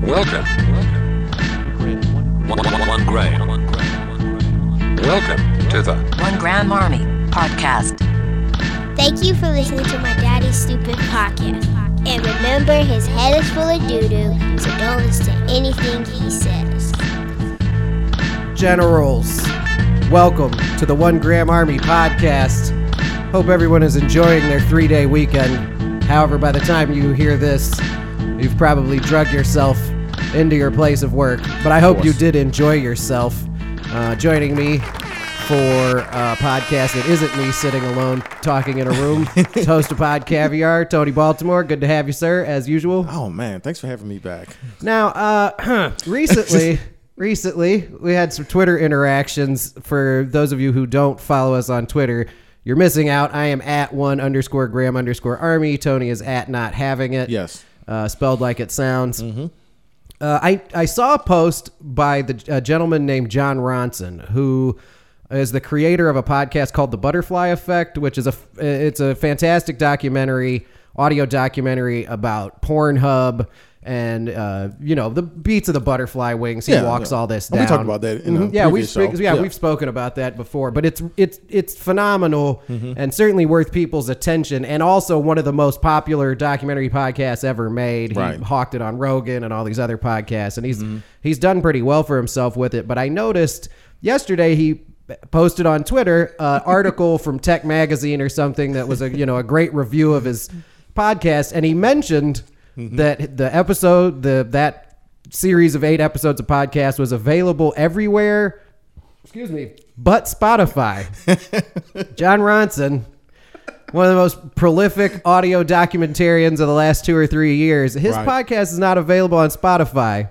Welcome. One, one, one grain. Welcome to the One Gram Army Podcast. Thank you for listening to my daddy's stupid podcast. And remember, his head is full of doo doo, so don't listen to anything he says. generals. Welcome to the One Gram Army podcast. Hope everyone is enjoying their three day weekend. However, by the time you hear this, you've probably drug yourself into your place of work. But I hope you did enjoy yourself. Uh, joining me for a podcast that isn't me sitting alone talking in a room, is host of Pod Caviar, Tony Baltimore. Good to have you, sir, as usual. Oh man, thanks for having me back. Now, uh, recently, recently we had some Twitter interactions. For those of you who don't follow us on Twitter, you're missing out. I am at one underscore Graham underscore Army. Tony is at not having it. Yes. uh, spelled like it sounds. Uh, I I saw a post by the a gentleman named John Ronson who is the creator of a podcast called The Butterfly Effect, which is a f- it's a fantastic documentary, audio documentary about Pornhub and uh, you know the beats of the butterfly wings. He Yeah, walks yeah. all this And down. Mm-hmm. we talked about that in a yeah, we've previous show. speak- yeah, Yeah. we've spoken about that before, but it's it's it's phenomenal and certainly worth people's attention, and also one of the most popular documentary podcasts ever made. Right. He hawked it on Rogan and all these other podcasts, and he's he's done pretty well for himself with it. But I noticed yesterday he posted on Twitter an article from Tech Magazine or something that was a you know a great review of his podcast, and he mentioned that the episode the that series of eight episodes of podcast was available everywhere excuse me, but Spotify. John Ronson, one of the most prolific audio documentarians of the last two or three years, his Right. podcast is not available on Spotify.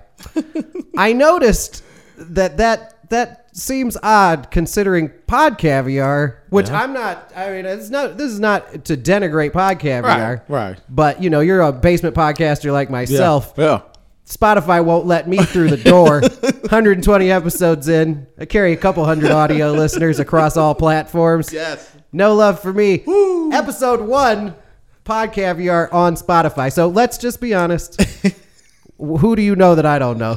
I noticed that that that seems odd considering Pod Caviar, which I'm not. I mean, it's not. This is not to denigrate Pod Caviar, right. But you know, you're a basement podcaster like myself. Yeah. Spotify won't let me through the door. 120 episodes in. I carry a couple hundred audio listeners across all platforms. Yes. No love for me. Episode one, Pod Caviar on Spotify. So let's just be honest. Who do you know that I don't know?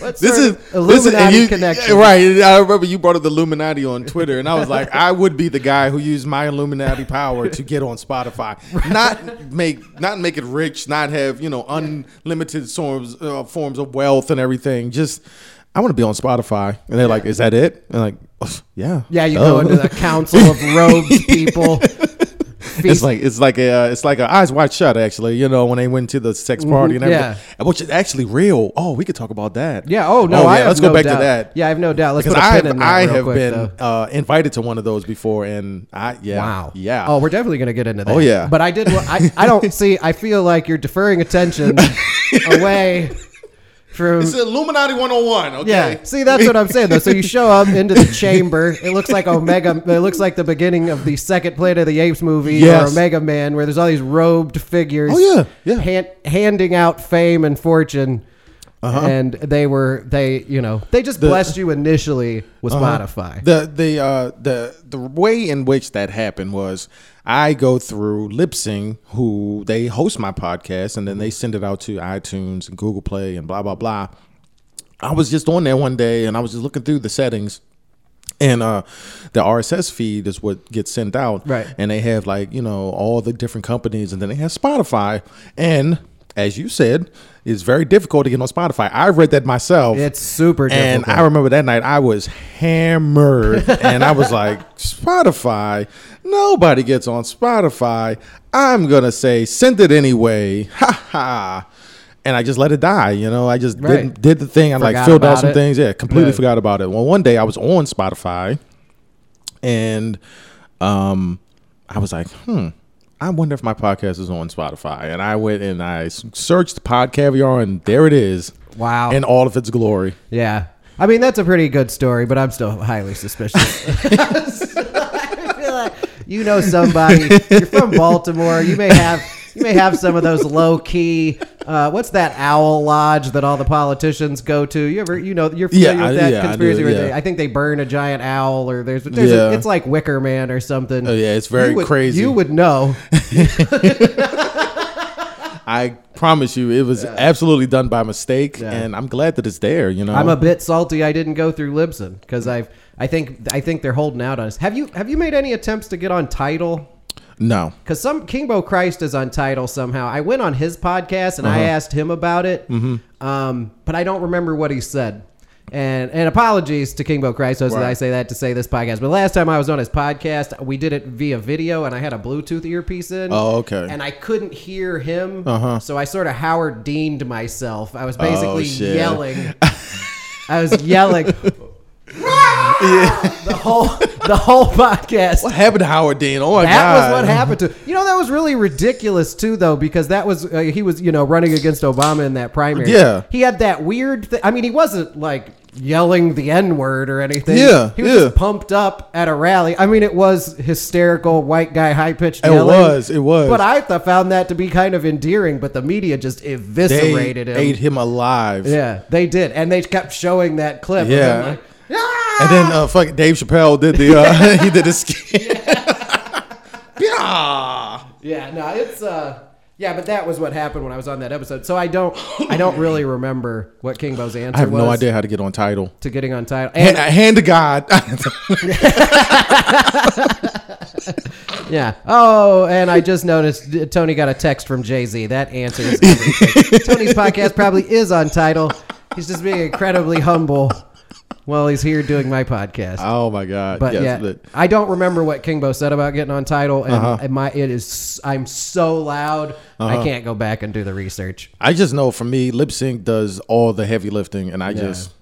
Let's This is start this is and Illuminati you, connection. yeah, right? I remember you brought up the Illuminati on Twitter, and I was like, I would be the guy who used my Illuminati power to get on Spotify, not make not make it rich, not have you know unlimited forms uh, forms of wealth and everything. Just I want to be on Spotify, and they're like, "Is that it?" And like, yeah, Uh, Yeah, you duh." go into the council of robes people. It's like it's like a uh, it's like a eyes wide shut actually. You know when they went to the sex Mm-hmm. party and everything, which is actually real. Oh, we could talk about that. Yeah. Oh no. yeah, I have let's go no back doubt. to that. Yeah, I have no doubt. Let's because put a I pin have, in that I real have quick, been though. uh, invited to one of those before, and I yeah Wow. yeah Oh, we're definitely going to get into that. Oh, yeah. But I did. I, I don't see. I feel like you're deferring attention away from. it's Illuminati one hundred and one. yeah. Okay, See, that's what I'm saying though. So you show up into the chamber. It looks like Omega. It looks like the beginning of the second Planet of the Apes movie or Yes. Omega Man, where there's all these robed figures. Oh, yeah. Yeah. hand- handing out fame and fortune. Uh-huh. And they were they you know they just blessed you initially with Uh-huh. Spotify. The the uh, the the way in which that happened was I go through Lipsing, who they host my podcast, and then they send it out to iTunes and Google Play and blah blah blah. I was just on there one day, and I was just looking through the settings. And uh, the RSS feed is what gets sent out, Right. And they have like you know all the different companies, and then they have Spotify. And as you said, it's very difficult to get on Spotify. I read that myself. It's super And difficult. I remember that night I was hammered and I was like, Spotify, nobody gets on Spotify. I'm going to say, send it anyway. Ha ha. And I just let it die. You know, I just Right. did, did the thing. I like Forgot filled out about some it. things. Yeah, completely Right. forgot about it. Well, one day I was on Spotify and um, I was like, hmm, I wonder if my podcast is on Spotify. And I went and I s- searched Pod Caviar, and there it is. Wow. In all of its glory. Yeah. I mean, that's a pretty good story, but I'm still highly suspicious. I feel like you know somebody. You're from Baltimore. You may have you may have some of those low key. Uh, what's that owl lodge that all the politicians go to? You ever you know you're familiar Yeah, I- with that yeah, I do, conspiracy? where they, yeah. I think they burn a giant owl or there's, there's a, Yeah. it's like Wicker Man or something. Oh, yeah, it's very You would- crazy. You would know. I promise you, it was absolutely done by mistake, and I'm glad that it's there. You know, I'm a bit salty. I didn't go through Libsyn because I've. I think I think they're holding out on us. Have you Have you made any attempts to get on title? no. Because some Kingbo Christ is on title somehow. I went on his podcast and I Uh-huh. asked him about it, Mm-hmm. um, but I don't remember what he said. And and apologies to Kingbo Christ, as I say that to say this podcast. But last time I was on his podcast, we did it via video, and I had a Bluetooth earpiece in. Oh, okay. Uh-huh. And I couldn't hear him, so I sort of Howard Deaned myself. I was basically Oh, shit. yelling. I was yelling. The whole the whole podcast. What happened to Howard Dean? Oh my That god, was what happened to you know that was really ridiculous too though because that was uh, he was you know running against Obama in that primary. Yeah. he had that weird. Th- I mean, he wasn't like yelling the n word or anything. Yeah, he was yeah. just pumped up at a rally. I mean, it was hysterical white guy high pitched. It was, it was. But I th- found that to be kind of endearing. But the media just They eviscerated him. ate him alive. Yeah, they did, and they kept showing that clip. of him, Yeah. like, And then uh, fuck Dave Chappelle did the uh, he did the skit. yeah. Yeah, no, it's uh yeah, but that was what happened when I was on that episode. So I don't I don't really remember what King Bo's answer I have was no idea how to get on title. to getting on title. And And I hand to God. yeah. Oh, and I just noticed uh, Tony got a text from Jay-Z. That answers everything. Tony's podcast probably is on title. He's just being incredibly humble while he's here doing my podcast. oh my God. But Yes, yeah, but- Uh-huh. I don't remember what Kingbo said about getting on title, and, and my it is I'm so loud I can't go back and do the research. I just know for me, lip sync does all the heavy lifting, and I just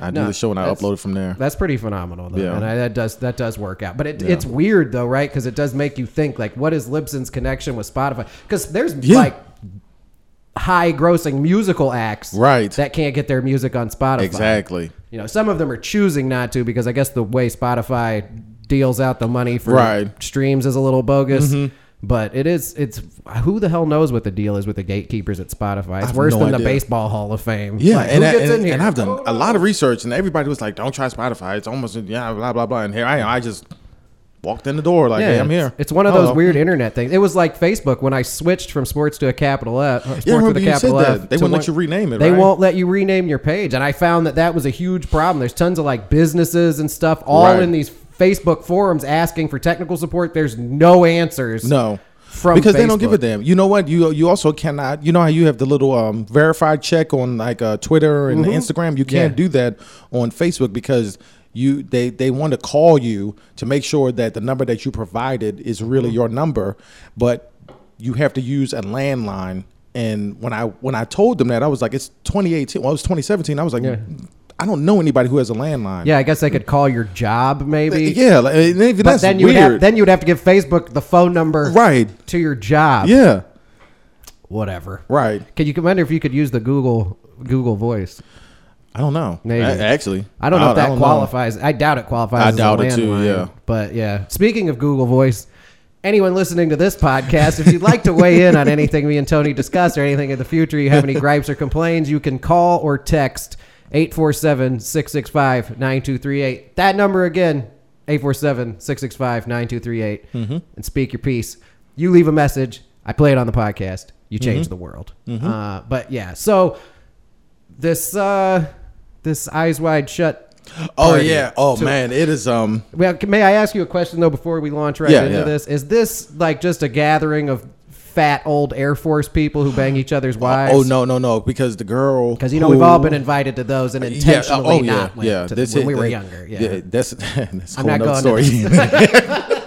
I do No, the show and I that's- upload it from there. That's pretty phenomenal, though, Yeah. and I, that does that does work out. But it, it's weird though, right? Because it does make you think, like, what is Libsyn's connection with Spotify? Because there's Yeah. like high-grossing musical acts, Right. That can't get their music on Spotify. Exactly. You know, some of them are choosing not to because I guess the way Spotify deals out the money for Right. Mm-hmm. streams is a little bogus. But it is it's who the hell knows what the deal is with the gatekeepers at Spotify? It's have worse no than the idea. baseball Hall of Fame. Yeah, Like, and, who I, gets and, in here? and I've done a lot of research, and everybody was like, "Don't try Spotify. It's almost yeah, blah blah blah." And here I am. I just walked in the door like, "Hey, it's- I'm here." Oh. It's one of those Hello. weird internet things. It was like Facebook when I switched from sports to a capital F. uh, Sports Yeah, I with remember a you said capital F. that. They to wouldn't one- let you rename it. They right? won't let you rename your page, and I found that that was a huge problem. There's tons of like businesses and stuff all Right. in these Facebook forums asking for technical support. There's no answers. No. From because they don't Facebook. give a damn. You know what? You you also cannot. You know how you have the little um, verified check on like uh, Twitter and Instagram. You can't Mm-hmm. Yeah. do that on Facebook because you they they want to call you to make sure that the number that you provided is really Mm-hmm. your number, but you have to use a landline. And when I when I told them that, I was like, it's 2018. Well, it was 2017. I was like, I don't know anybody who has a landline. Yeah, I guess they could call your job maybe. yeah. Like, and even But that's then you would weird. have, then you would have to give Facebook the phone number Right. to your job. yeah, Whatever. right. Can you wonder if you could use the Google Google Voice? I don't know. Maybe. A- actually, I don't know if that Uh, know. qualifies. I doubt it qualifies. I as a doubt it too, landline, yeah. But yeah, speaking of Google Voice, anyone listening to this podcast, if you'd like to weigh in on anything me and Tony discuss or anything in the future, you have any gripes or complaints, you can call or text 847-665-9238. That number again, 847-665-9238 Mm-hmm. and speak your piece. You leave a message, I play it on the podcast. You Mm-hmm. change the world. Uh, but yeah, so this uh this eyes wide shut Oh party. yeah. Oh man, it is. Um. well can- may i ask you a question though before we launch right Yeah, into yeah. this is this like just a gathering of fat old air force people who bang each other's wives Oh no, no, no. Because the girl. because you know we've all been who- invited to those and Yeah, intentionally oh, yeah, not went yeah. to This them is- when we were that- younger yeah, that's that's a I'm whole not nother going story. to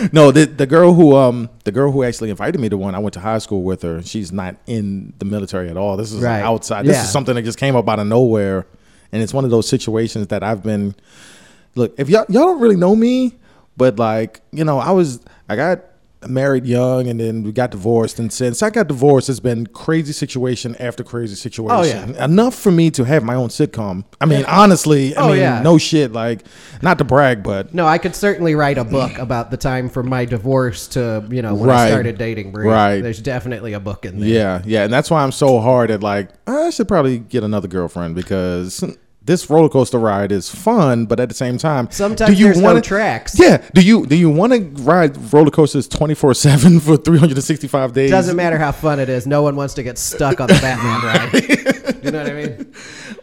no, the the girl who um the girl who actually invited me to one, I went to high school with her. She's not in the military at all. This is Right. outside. This Yeah. is something that just came up out of nowhere, and it's one of those situations that I've been. Look, if y'all y'all don't really know me, but like you know, I was I got married young and then we got divorced and since I got divorced it's been crazy situation after crazy situation. Oh, Enough for me to have my own sitcom. I mean honestly, I Oh, mean yeah. no shit like not to brag but no i could certainly write a book about the time from my divorce to you know when i Right. started dating Bree. Right. there's definitely a book in there "Ah, Yeah, yeah, and that's why I'm so hard at like I should probably get another girlfriend because this roller coaster ride is fun, but at the same time, Sometimes there's no tracks. Yeah, do you do you want to ride roller coasters twenty four seven for three hundred and sixty five days? Doesn't matter how fun it is. No one wants to get stuck on the Batman ride. You know what I mean?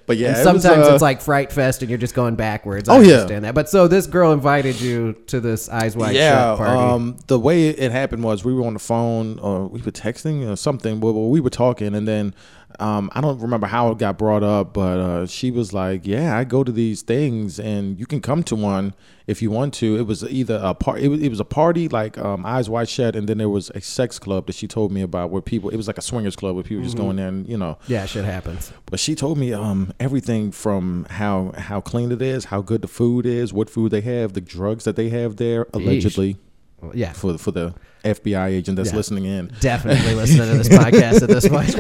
But yeah, And it was, sometimes uh, it's like Fright Fest, and you're just going backwards. I Oh, yeah. understand that. But so this girl invited you to this eyes wide shut party. Um, the way it happened was we were on the phone or we were texting or something, but we were talking, and then um, I don't remember how it got brought up, but uh, she was like, "Yeah, I go to these things, and you can come to one if you want to." It was either a part, it was, it was a party like um, Eyes Wide Shut, and then there was a sex club that she told me about where people, it was like a swingers club where people just going there and you know, Mm-hmm. yeah, shit happens. but she told me um, everything from how how clean it is, how good the food is, what food they have, the drugs that they have there, allegedly. Well, yeah. For for the FBI agent that's Yeah. listening in, Definitely listening to this podcast at this point.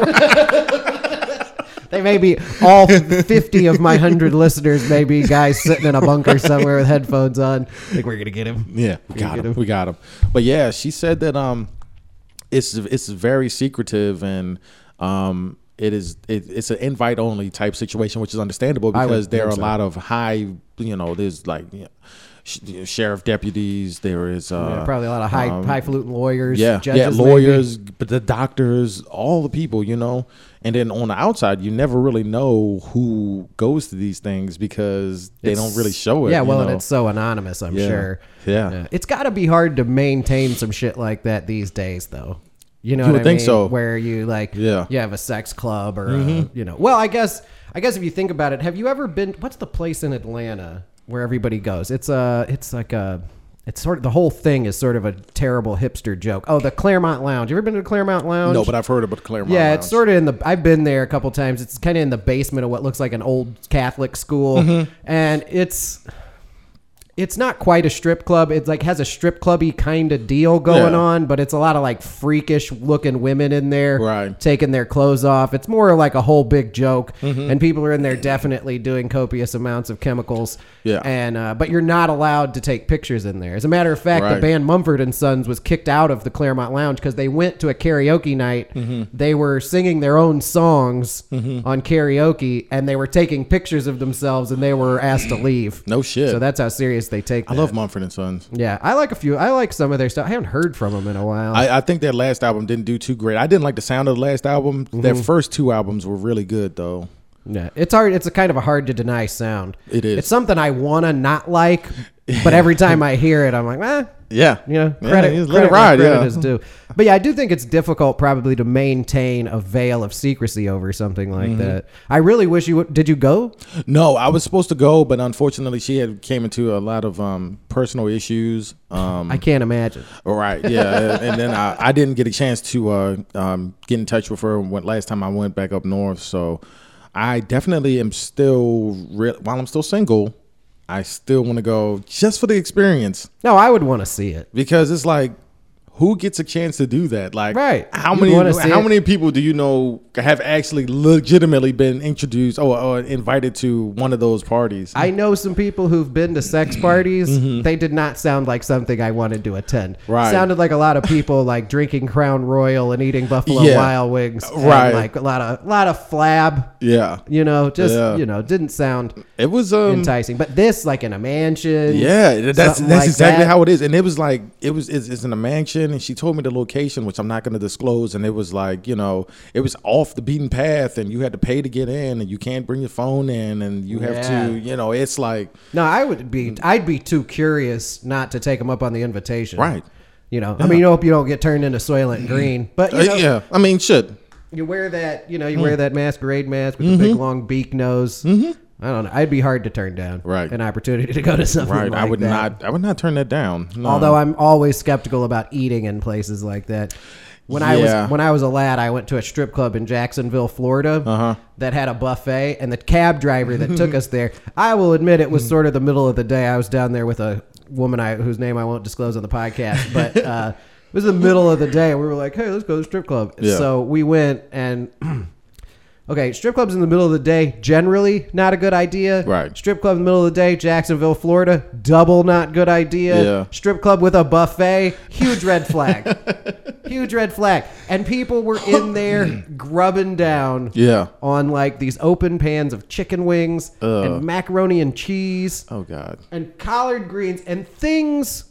They may be all 50 of my 100 listeners, may be guys sitting in a bunker somewhere with headphones on. Think we're going to get him. yeah, we got him, we got him. But yeah, she said that um, it's it's very secretive and um, it is it, it's an invite only type situation, which is understandable I would because there are a think so. lot of high, you know, there's like you know, sh- sheriff deputies, there is uh, Yeah, probably a lot of high, um, highfalutin lawyers, yeah, judges, yeah, maybe. lawyers, but the doctors, all the people, you know. And then on the outside, you never really know who goes to these things because they It's- don't really show it. Yeah, you well, and know. it's so anonymous, I'm Yeah. sure. Yeah. It's got to be hard to maintain some shit like that these days, though. You know You what would I think mean? so. Where you like, Yeah. Mm-hmm. you have a sex club or, uh, you know, well, I guess, I guess if you think about it, have you ever been, what's the place in Atlanta where everybody goes? It's a, it's like a, it's sort of, the whole thing is sort of a terrible hipster joke. Oh, the Claremont Lounge. You ever been to the Claremont Lounge? no, but I've heard about Claremont. Yeah, it's sort of in the. I've been there a couple times. It's kind of in the basement of what looks like an old Catholic school, Mm-hmm. and it's it's not quite a strip club. It's like has a strip clubby kind of deal going Yeah. on, but it's a lot of like freakish looking women in there, Right. Taking their clothes off. It's more like a whole big joke, Mm-hmm. and people are in there definitely doing copious amounts of chemicals. Yeah. and uh, but you're not allowed to take pictures in there. As a matter of fact, the Right. band. Mumford and Sons was kicked out of the Claremont Lounge because they went to a karaoke night. Mm-hmm. They were singing their own songs on karaoke, and they were taking pictures of themselves, and they were asked to leave. No shit. So that's how serious they take. I love Mumford and Sons. Yeah, I like a few. I like some of their stuff. I haven't heard from them in a while. I, I think their last album didn't do too great. I didn't like the sound of the last album. Their Mm-hmm. first two albums were really good though. yeah, it's hard. It's a kind of a hard to deny sound. It is. It's something I wanna not like, but every time I hear it, I'm like, eh. Yeah, you know, Yeah, credit, credit just let where it ride. credit yeah, is due. But yeah, I do think it's difficult probably to maintain a veil of secrecy over something like Mm-hmm. that. I really wish you would. Did you go? No, I was supposed to go, but unfortunately, she had came into a lot of um, personal issues. Um, I can't imagine. All right, yeah, and then I, I didn't get a chance to uh, um, get in touch with her when last time I went back up north. So I definitely am still re- while I'm still single, I still want to go just for the experience No, I would want to see it. because it's like who gets a chance to do that? Like, Right. How You many wanna see how it? many people do you know have actually legitimately been introduced or, or invited to one of those parties? I know some people who've been to sex parties. They did not sound like something I wanted to attend. Mm-hmm. Right. Sounded like a lot of people like drinking Crown Royal and eating Buffalo Yeah. Uh, Wild Wings. and, Right. like a lot of lot of flab. yeah, You know, just Yeah. you know, didn't sound it was um, enticing. But this, like in a mansion. Yeah, th- that's that's something like exactly that. how it is. And it was like it was it's, it's in a mansion, and she told me the location, which I'm not going to disclose. And it was like you know, it was off the beaten path, and you had to pay to get in, and you can't bring your phone in, and you have Yeah. to you know, it's like No, I would be. I'd be too curious not to take them up on the invitation. Right. You know. I mean, you hope you don't get turned into Soylent Green, but you uh, know, yeah. Mm-hmm. I mean, shit. you wear that. You know, you wear that masquerade mask with the Mm-hmm. big long beak nose. Mm-hmm. I don't know. I'd be hard to turn down. Right. An opportunity to go to something. Right, I like would that. Um, not. I would not turn that down. No. Although I'm always skeptical about eating in places like that. When I Yeah. was when I was a lad, I went to a strip club in Jacksonville, Florida, Uh-huh. that had a buffet, and the cab driver that took us there. I will admit it was sort of the middle of the day. I was down there with a woman I whose name I won't disclose on the podcast, but uh, it was the middle of the day. We were like, "Hey, let's go to the strip club." Yeah. So we went and. Okay, strip clubs in the middle of the day, generally not a good idea. Right. Strip club in the middle of the day, Jacksonville, Florida, double not good idea. Yeah. Strip club with a buffet, huge red flag. huge red flag. And people were in there grubbing down Yeah. on like these open pans of chicken wings Uh. and macaroni and cheese Oh God. and collard greens and things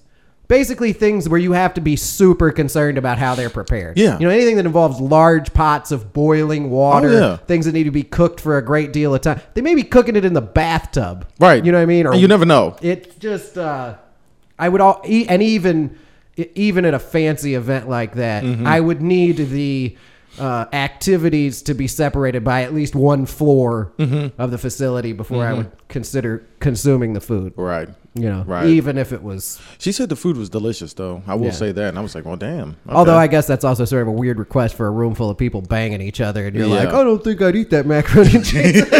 basically things where you have to be super concerned about how they're prepared. Yeah. You know, anything that involves large pots of boiling water, Oh, yeah. things that need to be cooked for a great deal of time. They may be cooking it in the bathtub. Right. You know what I mean? And you never know. It's just uh I would all e- and even e- even at a fancy event like that, Mm-hmm. I would need the uh, activities to be separated by at least one floor Mm-hmm. of the facility before I would consider consuming the food Right. you know, Right. even if it was. She said the food was delicious, though. I will Yeah. say that, and I was like, "Well, damn." okay. Although I guess that's also sort of a weird request for a room full of people banging each other, and you're Yeah. like, I don't think I'd eat that macaroni and cheese. it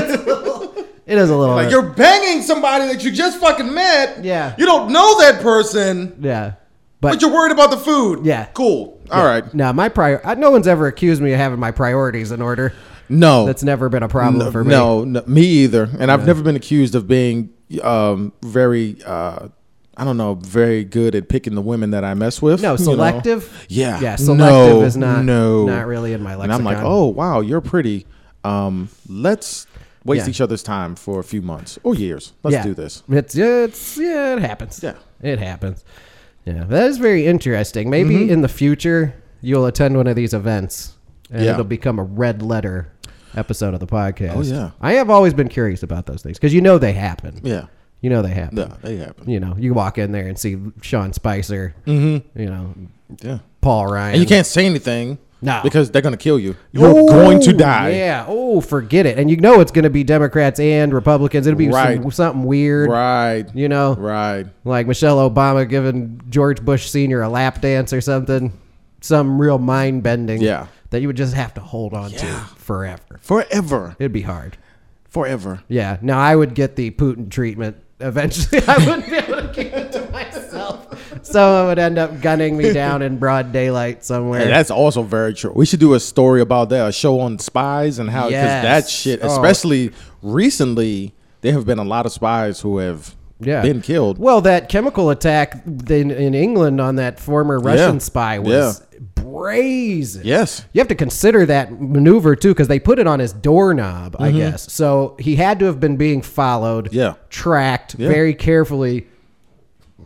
is a little. like you're banging somebody that you just fucking met. Yeah. You don't know that person, yeah, but but you're worried about the food. Yeah. Cool. All right. no, my prior. I- No one's ever accused me of having my priorities in order. No. That's never been a problem no, for me. No, no, me either. And I've never been accused of being um, very, uh, I don't know, very good at picking the women that I mess with. No, you know? selective? Yeah. Yeah, selective No, is not- no. not really in my And I'm like, lexicon. oh wow, you're pretty. Um, let's waste Yeah. each other's time for a few months or years. Let's do this. It's it's yeah, it happens. Yeah. it happens. Yeah, that is very interesting. Maybe Mm-hmm. in the future you'll attend one of these events, and Yeah. it'll become a red letter episode of the podcast. Oh, yeah. I have always been curious about those things because you know they happen. Yeah. you know they happen. Yeah, they happen. You know, you walk in there and see Sean Spicer. You know, Yeah. Paul Ryan. Mm-hmm. And you can't say anything. No. Because they're gonna kill you. You're going to Oh, die. Yeah. Oh, forget it. And you know it's going to be Democrats and Republicans. It'll be some- Right. something weird. Right. You know. Right. like Michelle Obama giving George Bush Senior a lap dance or something, some real mind bending. Yeah. that you would just have to hold on to forever. Forever. It'd be hard. Forever. Yeah. Now I would get the Putin treatment eventually. I wouldn't be able to keep it to myself. Someone would end up gunning me down in broad daylight somewhere. Hey, that's also very true. We should do a story about that, a show on spies and how because Yes. that shit, Oh. especially recently, there have been a lot of spies who have yeah. been killed. Well, that chemical attack in, in England on that former Russian spy was brazen. Yes. You have to consider that maneuver too, because they put it on his doorknob, I guess. So he had to have been being followed, Mm-hmm. Yeah. tracked very carefully.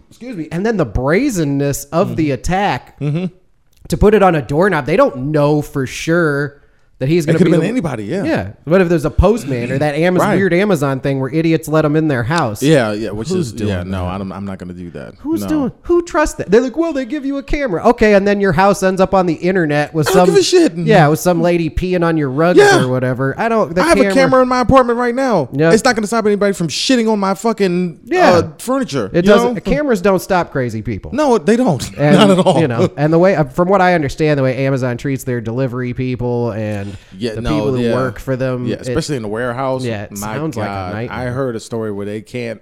Excuse me. And then the brazenness of Mm-hmm. the attack to put it on a doorknob, they don't know for sure that he's going It to could be have been the- anybody. Yeah. Yeah. What if there's a postman or that Amaz- Right. weird Amazon thing where idiots let him in their house? Yeah. yeah, Which Who's is doing yeah. No, I'm, I'm not going to do that. Who's No. doing? Who trusts that? They're like, well, they give you a camera, okay, and then your house ends up on the internet with I some don't give a shit. Yeah, with some lady peeing on your rugs Yeah. or whatever. I don't. The I have a camera in my apartment right now. Yeah. It's not going to stop anybody from shitting on my fucking Yeah. uh, furniture. It you doesn't. know? Cameras don't stop crazy people. No, they don't. And, not at all. You know, and the way, uh, from what I understand, the way Amazon treats their delivery people and Yeah, the no, people who yeah. work for them, Yeah, it- especially in the warehouse. Yeah, it My sounds like a God. nightmare. I heard a story where they can't.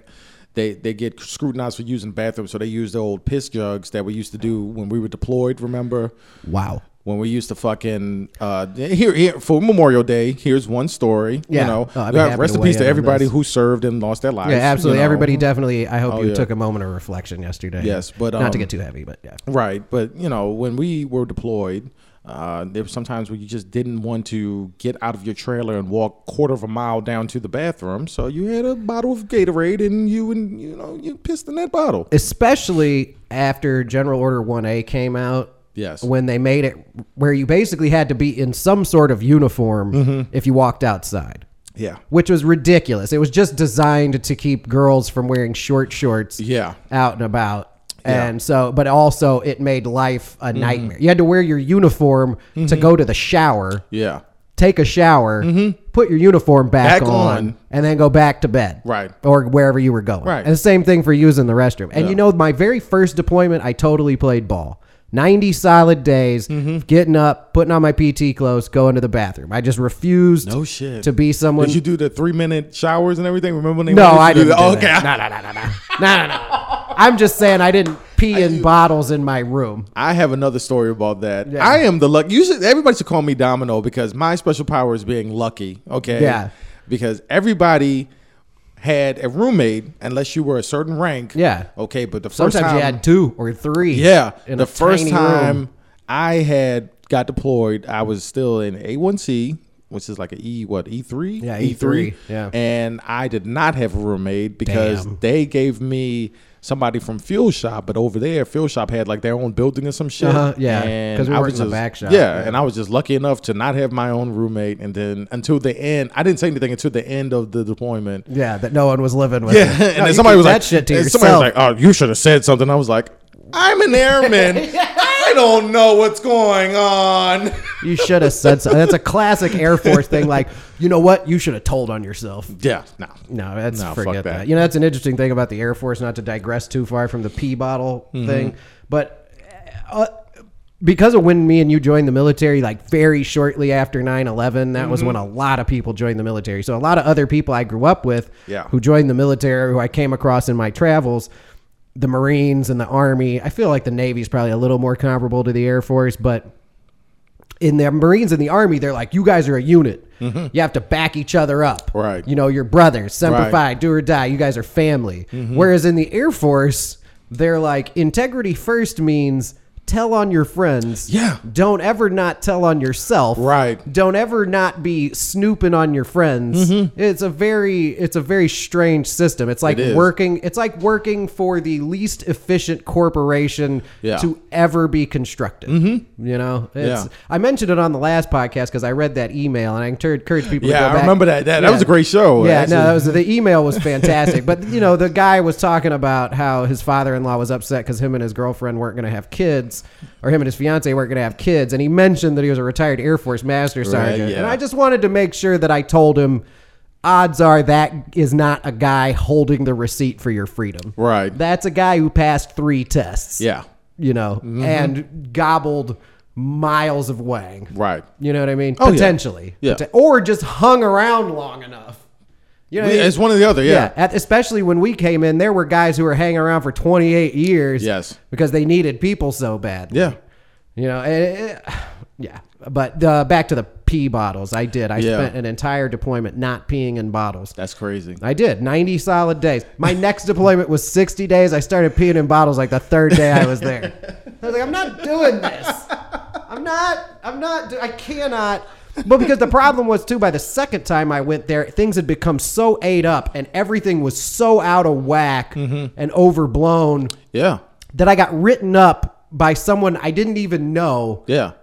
They, they get scrutinized for using bathrooms, so they use the old piss jugs that we used to do when we were deployed. Remember wow. when we used to fucking uh, here, here for Memorial Day? Here's one story. Yeah. You know, Oh, I'd be happy to rest in weigh peace in to on everybody this. who served and lost their lives. Yeah, you absolutely. know. Everybody definitely. I hope Oh, you yeah. took a moment of reflection yesterday. Yes, but, not to um, get too heavy, but yeah. Right, but you know, when we were deployed, uh, there were sometimes where you just didn't want to get out of your trailer and walk quarter of a mile down to the bathroom, so you had a bottle of Gatorade and you and you know you pissed in that bottle. especially after General Order 1A came out. Yes. When they made it where you basically had to be in some sort of uniform Mm-hmm. if you walked outside. Yeah. Which was ridiculous. It was just designed to keep girls from wearing short shorts Yeah. out and about. And so, but also it made life a Mm-hmm. nightmare. You had to wear your uniform to go to the shower, Yeah, take a shower, put your uniform back, Mm-hmm. Back on, on. and then go back to bed. Right. Or wherever you were going. Right. And the same thing for using the restroom. And you know, my very first deployment, I totally played ball. 90 solid days, Mm-hmm. getting up, putting on my PT clothes, going to the bathroom. I just refused No shit. to be someone. did you do the three minute showers and everything? Remember when they no, wanted you I to do didn't. that? do okay, that. No, no, no, no, no. No, no, no. I'm just saying I didn't pee in bottles in my room. I have another story about that. I am the luck. Usually, everybody should call me Domino because my special power is being lucky. Okay. Yeah. Because everybody had a roommate, unless you were a certain rank. Yeah. Okay, but the first Sometimes time you had two or three. yeah, in the a first tiny time room. I had got deployed, I was still in A1C, which is like an E what E three? Yeah, E3, yeah. And I did not have a roommate because they gave me somebody from Fuel Shop, but over there Fuel Shop had like their own building or some shit. Uh-huh, yeah, 'cause we I weren't was in the just- back shop. Yeah, and I was just lucky enough to not have my own roommate, and then until the end, I didn't say anything until the end of the deployment. Yeah, that no one was living with. Yeah, you. and No, then you somebody keep was that like, shit to and yourself. somebody was like, "Oh, you should have said something." I was like, "I'm an airman. I don't know what's going on." you should have said something. That's a classic Air Force thing. Like, you know what? You should have told on yourself. Yeah, no, No, that's No, fuck forget that. that. You know, that's an interesting thing about the Air Force. Not to digress too far from the pee bottle Mm-hmm. thing, but uh, because of when me and you joined the military, like very shortly after 9-11, that Mm-hmm. was when a lot of people joined the military. So a lot of other people I grew up with, Yeah. who joined the military, who I came across in my travels. The Marines and the Army. I feel like the Navy's probably a little more comparable to the Air Force, but in the Marines and the Army, they're like, you guys are a unit. You have to back each other up. Mm-hmm. Right. You know, your brothers, Semper Right. Mm-hmm. Fi, do or die. You guys are family. Whereas in the Air Force, they're like, integrity first means tell on your friends. Yeah. Don't ever not tell on yourself. Right. Don't ever not be snooping on your friends. It's a very it's a very strange system. It's like Mm-hmm. is. working it's like working for the least efficient corporation Yeah. Mm-hmm. to ever be constructed. You know? It's, Yeah. I mentioned it on the last podcast because I read that email, and I encourage encourage people. to Yeah, go I back. remember that. That- that was a great show, Yeah, actually. no, that was the email was fantastic. but you know, the guy was talking about how his father-in-law was upset because him and his girlfriend weren't going to have kids, or him and his fiance weren't going to have kids, and he mentioned that he was a retired Air Force Master Sergeant. yeah. And I just wanted to make sure that I told him. Odds are that is not a guy holding the receipt for your freedom. Right. That's a guy who passed three tests yeah, you know, Mm-hmm. and gobbled miles of Wang. right. Oh, You know what I mean? yeah. Potentially. Yeah. Pote- or just hung around long enough. You know what I mean? It's one or the other. Yeah, At, especially when we came in, there were guys who were hanging around for 28 years. Yes. Because they needed people so bad. yeah, You know, and it- yeah. But uh, back to the pee bottles. I did. I Yeah. spent an entire deployment not peeing in bottles. that's crazy. I did 90 solid days. My next deployment was 60 days. I started peeing in bottles like the third day I was there. I was like, I'm not doing this. I'm not. I'm not. do- I cannot. But because the problem was too, by the second time I went there, things had become so ate up and everything was so out of whack and overblown Yeah, that I got written up by someone I didn't even know yeah,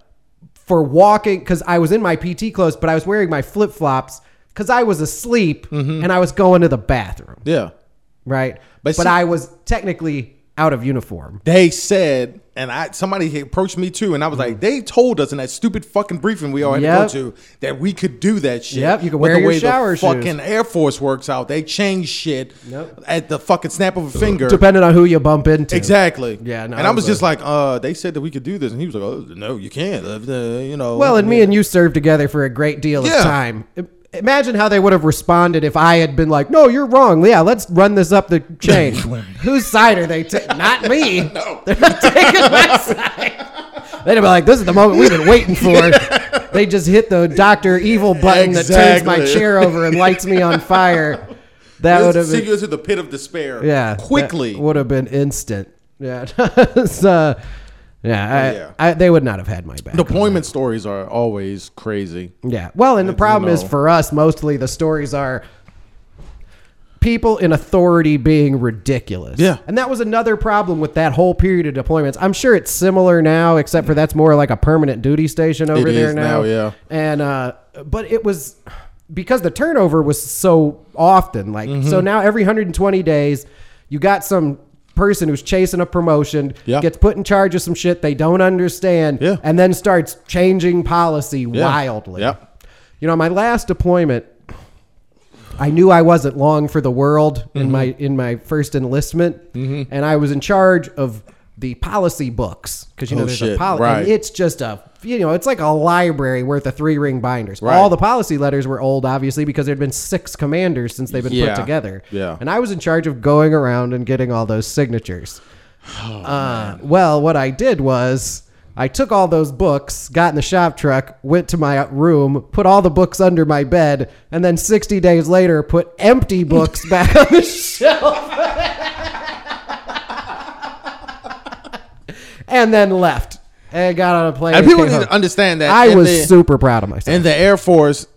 for walking because I was in my PT clothes, but I was wearing my flip flops because I was asleep and I was going to the bathroom yeah. right? But, But see- I was technically out of uniform. They said, and I somebody approached me too, and I was like, they told us in that stupid fucking briefing we all had Mm. Yep. to go to that we could do that shit. Yep, you can But wear the your way shower the shoes. Fucking Air Force works out. They change shit Yep. at the fucking snap of a finger. Depending on who you bump into. Exactly. Yeah, no, and I was it was just like, uh, they said that we could do this, and he was like, oh, no, you can't. Uh, uh, you know. Well, and me and you served together for a great deal Yeah. of time. I- Imagine how they would have responded if I had been like, "No, you're wrong. Yeah, let's run this up the chain." Whose side are they? ta- Not me. no, they're not taking my side. They'd have been like, "This is the moment we've been waiting for." They just hit the Doctor Evil button that turns my Exactly. chair over and lights me on fire. That would have Let's been take you to the pit of despair. Yeah, quickly. would have been instant. Yeah, It's, uh, yeah, I, Oh, yeah. I, they would not have had my back. Deployment stories are always crazy. Yeah, well, and the problem is no. for us mostly the stories are people in authority being ridiculous. Yeah. and that was another problem with that whole period of deployments. I'm sure it's similar now, except for that's more like a permanent duty station over It there is now. now, yeah. and uh, but it was because the turnover was so often like Mm-hmm. so now every 120 days you got some person who's chasing a promotion Yeah. gets put in charge of some shit they don't understand Yeah. and then starts changing policy wildly Yep. you know my last deployment I knew I wasn't long for the world Mm-hmm. in my in my first enlistment, and I was in charge of the policy books because you know Oh, there's a shit. policy. Right. It's just a you know it's like a library worth of three ring binders. Right. All the policy letters were old, obviously, because there'd been six commanders since they've been Yeah. put together. Yeah. and I was in charge of going around and getting all those signatures. uh, well, what I did was I took all those books, got in the shop truck, went to my room, put all the books under my bed, and then 60 days later put empty books back on the shelf. and then left and got on a plane. And people came need home. to understand that. I in was the- super proud of myself. in the Air Force.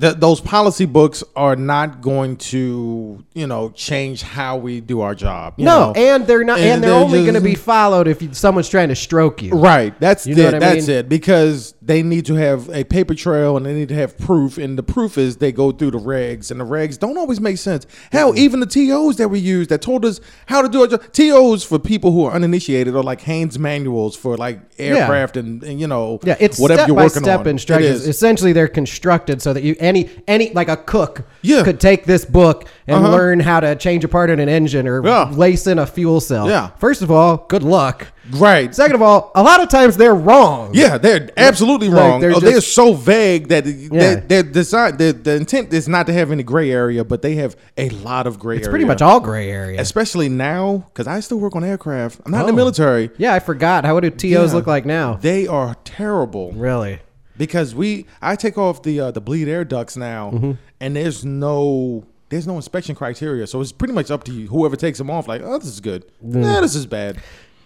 th those policy books are not going to, you know, change how we do our job. you no, know. and they're not, and, they're, only just- going to be followed if you, someone's trying to stroke you. Right. That's You it. know what I That's mean? it. Because they need to have a paper trail and they need to have proof. And the proof is they go through the regs, and the regs don't always make sense. Hell, Mm-hmm. even the TOs that we use that told us how to do it. TOs for people who are uninitiated are like Haynes manuals for like aircraft and, and, you know Yeah, it's whatever step you're by working step on. It instructions. is. Essentially, they're constructed so that you any any like a cook Yeah. Uh-huh. could take this book and learn how to change a part in an engine or Yeah. lace in a fuel cell. Yeah. First of all, good luck. Right. Second of all, a lot of times they're wrong. Yeah, they're absolutely Like, wrong. they're They're, oh, just- they're so vague that Yeah. they're, they're designed. The, the intent is not to have any gray area, but they have a lot of gray It's area. pretty much all gray area. especially now because I still work on aircraft. I'm not in Oh. the military. yeah, I forgot. How do TOs look like now? They are terrible Really? because we. I take off the uh, the bleed air ducts now, Mm-hmm. and there's no there's no inspection criteria, so it's pretty much up to you whoever takes them off. Like, oh, this is good. Mm. Nah, this is bad.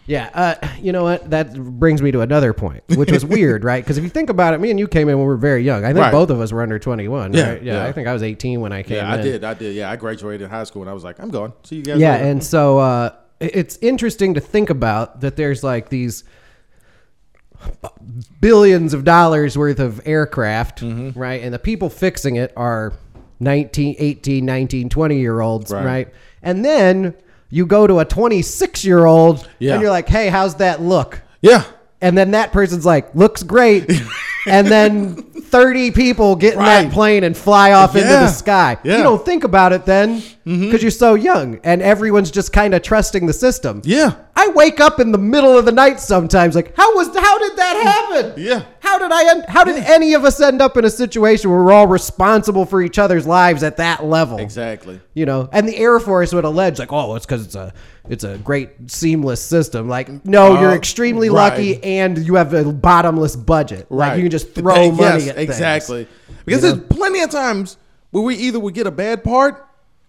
Yeah, uh, you know what? That brings me to another point, which was weird, right? Because if you think about it, me and you came in when we were very young. I think Right. both of us were under twenty-one. Yeah, right? yeah, yeah. I think I was eighteen when I came. Yeah, I in. did. I did. Yeah, I graduated high school, and I was like, I'm going. See you guys. yeah later. and so uh, it- it's interesting to think about that there's like these billions of dollars worth of aircraft right and the people fixing it are 19 18 19 20 year olds right, Right. and then you go to a 26 year old Yeah. and you're like hey how's that look yeah. and then that person's like looks great and then 30 people get in Right. that plane and fly off into Yeah. the sky you Yeah. Mm-hmm. don't think about it then because you're so young and everyone's just kind of trusting the system Yeah. i wake up in the middle of the night sometimes like how was how did that happen Yeah. how did i end how did any of us end up in a situation where we're all responsible for each other's lives at that level Exactly. you know, and the Air Force would allege like, "Oh, it's because it's a it's a great seamless system." Like, no, Uh, you're extremely right. lucky, and you have a bottomless budget. Like, you can just throw Th- eh, money at exactly. things. Because You know? there's plenty of times where we either would get a bad part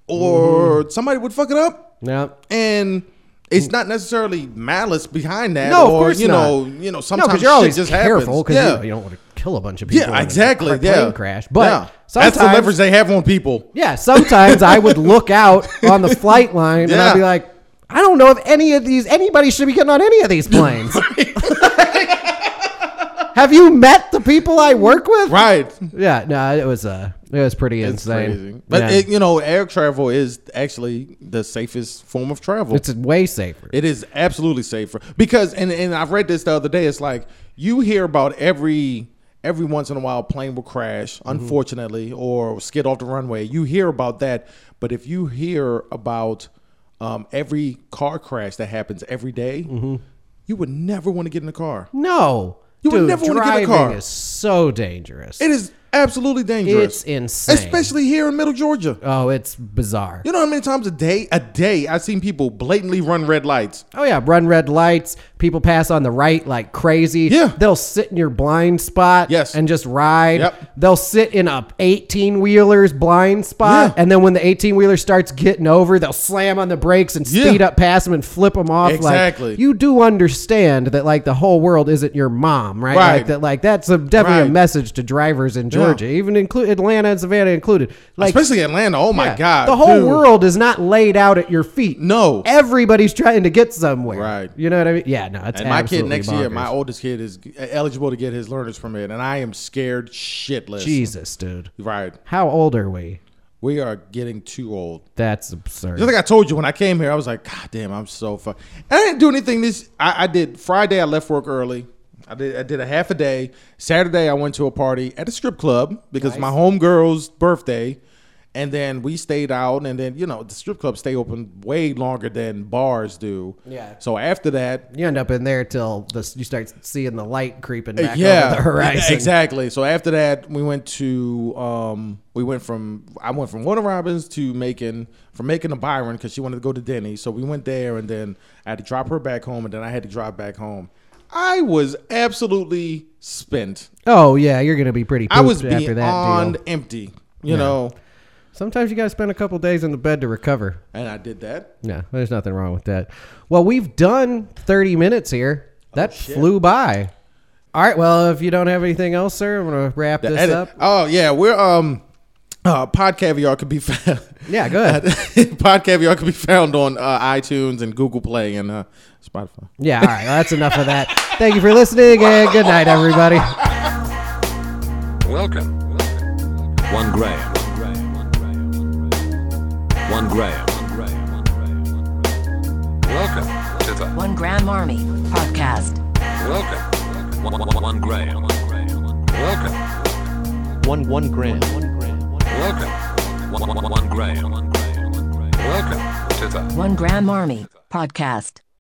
or Mm-hmm. somebody would fuck it up, Yeah. and it's not necessarily malice behind that. No, of or, course you not. know, you know, No, sometimes because you're shit always just careful happens. because Yeah, you, don't want to kill a bunch of people. in yeah, a exactly. cr- plane Yeah, crash. But Yeah. sometimes, that's the leverage they have on people. Yeah, sometimes I would look out on the flight line and I'd Yeah. be like, I don't know if any of these anybody should be getting on any of these planes. Have you met the people I work with? Right. Yeah, no, it was uh, it was pretty It's insane. crazy. But Yeah. it, you know, air travel is actually the safest form of travel. it's way safer. It is absolutely safer because and and I've read this the other day. It's like you hear about every every once in a while a plane will crash, Mm-hmm. unfortunately, or skid off the runway. You hear about that, but if you hear about um, every car crash that happens every day, Mm-hmm. you would never want to get in a car. no, You would dude, never wanna get in a driving car. is so dangerous. It is absolutely dangerous. It's insane. especially here in Middle Georgia. oh, it's bizarre. You know how many times a day, a day, I've seen people blatantly run red lights. Oh yeah, run red lights. People pass on the right like crazy. Yeah. they'll sit in your blind spot. Yes. and just ride. Yep. They'll sit in a eighteen wheeler's blind spot, Yeah. and then when the eighteen wheeler starts getting over, they'll slam on the brakes and Yeah. speed up past them and flip them off. Exactly. Like, you do understand that like the whole world isn't your mom, right? Right. Like that. Like that's a, definitely a Right. message to drivers in Georgia, even include Atlanta and Savannah included. Like Especially Atlanta. Oh my yeah. God. The whole dude. world is not laid out at your feet. No. Everybody's trying to get somewhere. Right. You know what I mean? Yeah, no, it's And my kid absolutely next year, bonkers. my oldest kid is e, eligible to get his learner's permit, and I am scared shitless. Jesus, dude. Right. How old are we? We are getting too old. That's absurd. Just like I told you when I came here, I was like, God damn, I'm so fucked. I didn't do anything this I, I did Friday I left work early. I did I did a half a day. Saturday I went to a party at a strip club because it's my homegirl's birthday. And then we stayed out, and then you know the strip clubs stay open way longer than bars do. Yeah. So after that, You end up in there till this, you start seeing the light creeping back Uh, yeah, over the horizon. Exactly. So after that, we went to um, we went from I went from Warner Robins to Macon from Macon to Byron because she wanted to go to Denny. So we went there, and then I had to drop her back home, and then I had to drive back home. I was absolutely spent. Oh yeah, you're gonna be pretty. I was pooped after that beyond deal. empty, you know. Sometimes you gotta spend a couple days in the bed to recover. And I did that. Yeah, there's nothing wrong with that. Well, we've done 30 minutes here. Oh, That flew by. All right. Well, if you don't have anything else, sir, I'm gonna wrap this Edit- up. Oh yeah, we're um, uh, pod caviar could be found. Yeah, go ahead. pod caviar could be found on uh, iTunes and Google Play and uh, Spotify. Yeah. All right. Well, that's enough of that. Thank you for listening, and good night, everybody. Welcome. One Graham. One Graham. Welcome to the One Gram Army Podcast. Welcome. One, one, one Graham. Welcome. One one gram. Welcome. One, one, one Graham. Welcome to the One Gram Army Podcast.